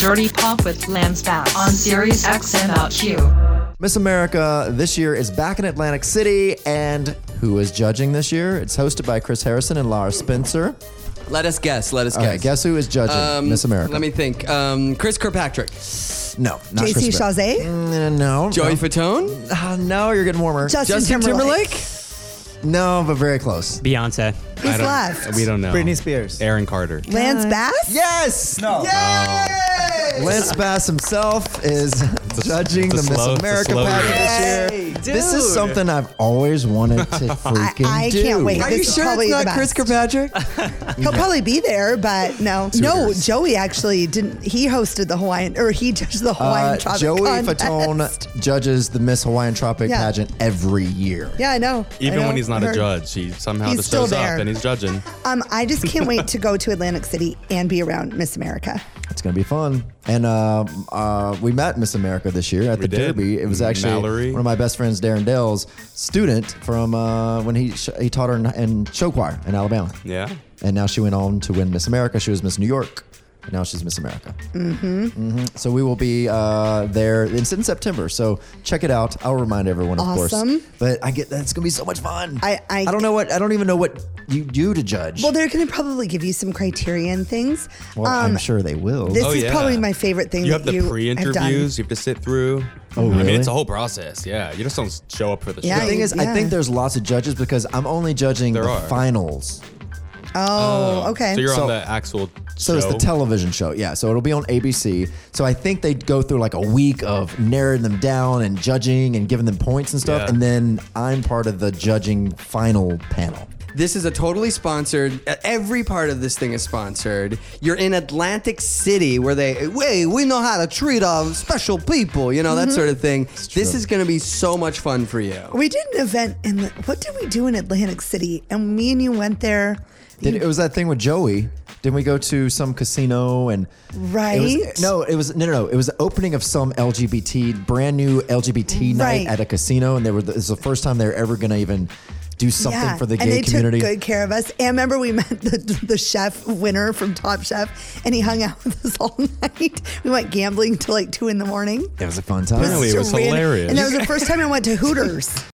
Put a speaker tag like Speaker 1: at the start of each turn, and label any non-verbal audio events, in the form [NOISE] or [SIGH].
Speaker 1: Dirty Pop with Lansbass on Sirius XM Out Q.
Speaker 2: Miss America this year is back in Atlantic City, and who is judging this year? It's hosted by Chris Harrison and Lara Spencer.
Speaker 3: Let us guess. Let us
Speaker 2: All
Speaker 3: guess.
Speaker 2: right, guess who is judging
Speaker 3: Um,
Speaker 2: Miss America?
Speaker 3: Let me think. Um, Chris Kirkpatrick,
Speaker 2: no, not
Speaker 4: JC
Speaker 2: Chris Brown.
Speaker 4: Chazé,
Speaker 2: Mm, No,
Speaker 3: Joey
Speaker 2: no.
Speaker 3: Fatone,
Speaker 2: Ah, no, you're getting warmer.
Speaker 4: Justin,
Speaker 3: Justin Timberlake.
Speaker 2: no, but very close.
Speaker 5: Beyonce.
Speaker 4: Who's left?
Speaker 6: We don't know.
Speaker 7: Britney Spears.
Speaker 6: Aaron Carter.
Speaker 4: Lance Bass?
Speaker 2: Yes.
Speaker 7: No.
Speaker 2: Lance Bass himself is [LAUGHS] judging the
Speaker 6: it's a
Speaker 2: Miss
Speaker 6: slow- it's a
Speaker 2: America
Speaker 6: slow
Speaker 2: pageant
Speaker 3: react.
Speaker 2: this year.
Speaker 3: Yay,
Speaker 2: This is
Speaker 3: dude.
Speaker 2: something I've always wanted to freaking
Speaker 4: I
Speaker 2: do.
Speaker 4: can't wait.
Speaker 3: Are
Speaker 4: This
Speaker 3: you
Speaker 4: is
Speaker 3: sure
Speaker 4: probably
Speaker 3: it's not
Speaker 4: the best.
Speaker 3: Chris Kirkpatrick? [LAUGHS]
Speaker 4: He'll probably be there, but no. no,
Speaker 2: cares?
Speaker 4: Joey actually didn't. He hosted the Hawaiian, or he judged the
Speaker 2: Uh,
Speaker 4: Hawaiian Tropic
Speaker 2: Joey
Speaker 4: contest.
Speaker 2: Fatone judges the Miss Hawaiian Tropic
Speaker 4: Yeah.
Speaker 2: pageant every year.
Speaker 4: Yeah, I know. I
Speaker 6: Even
Speaker 4: know.
Speaker 6: when he's not
Speaker 4: Her-
Speaker 6: a judge, he somehow
Speaker 4: He's
Speaker 6: just
Speaker 4: still
Speaker 6: shows
Speaker 4: there.
Speaker 6: up and he's judging.
Speaker 4: Um, I just can't wait to go to Atlantic City and be around Miss America.
Speaker 2: It's gonna be fun. And uh, uh, we met Miss America this year at the
Speaker 6: did.
Speaker 2: Derby. It was actually
Speaker 6: Mallory.
Speaker 2: one of my best friends, Darren Dell's student from uh, when he sh- he taught her in, in show choir in Alabama.
Speaker 6: Yeah.
Speaker 2: And now she went on to win Miss America. She was Miss New York. And now she's Miss America. Mm-hmm. So we will be uh, there. It's in September. So check it out. I'll remind everyone, of
Speaker 4: Awesome.
Speaker 2: course. But I get that's gonna be so much fun.
Speaker 4: I- I-
Speaker 2: I don't know what I don't even know what you do to judge.
Speaker 4: Well, they're going to probably give you some criterion things. Um,
Speaker 2: Well, I'm sure they will.
Speaker 4: This
Speaker 6: Oh,
Speaker 4: is
Speaker 6: yeah.
Speaker 4: probably my favorite thing
Speaker 6: You
Speaker 4: that
Speaker 6: have the
Speaker 4: you have done.
Speaker 6: pre-interviews you have to sit through.
Speaker 2: Oh,
Speaker 6: I
Speaker 2: really?
Speaker 6: mean, it's a whole process. Yeah, you just don't show up for the
Speaker 4: Yeah,
Speaker 6: show.
Speaker 2: The thing is, I
Speaker 4: Yeah.
Speaker 2: think there's lots of judges because I'm only judging
Speaker 6: There
Speaker 2: the
Speaker 6: are.
Speaker 2: finals.
Speaker 4: Oh, okay.
Speaker 6: So you're
Speaker 2: So-
Speaker 6: on the actual.
Speaker 2: So it's the television show, yeah. So it'll be on ABC. So I think they go through like a week of narrowing them down and judging and giving them points and stuff,
Speaker 6: Yeah.
Speaker 2: and then I'm part of the judging final panel.
Speaker 3: This is a totally sponsored. uh, Every part of this thing is sponsored. You're in Atlantic City, where they wait. We know how to treat our special people. You know that sort of thing. This is going to be so much fun for you.
Speaker 4: we did an event in, what did we do in Atlantic City? And me and you went there.
Speaker 2: Then it was that thing with Joey. Didn't we go to some casino and
Speaker 4: Right?
Speaker 2: It was, no, it was no, no, no. It was the opening of some LGBT, brand new LGBT
Speaker 4: Right.
Speaker 2: night at a casino, and they were. It was the first time they were ever gonna even do something for the gay
Speaker 4: and they
Speaker 2: community.
Speaker 4: took good care of us. And I remember we met the, the chef winner from Top Chef, and he hung out with us all [LAUGHS] night. We went gambling till like two in the morning.
Speaker 2: It was a fun time.
Speaker 6: Really? It was
Speaker 4: Surreal.
Speaker 6: hilarious.
Speaker 4: And that was the first time I went to Hooters.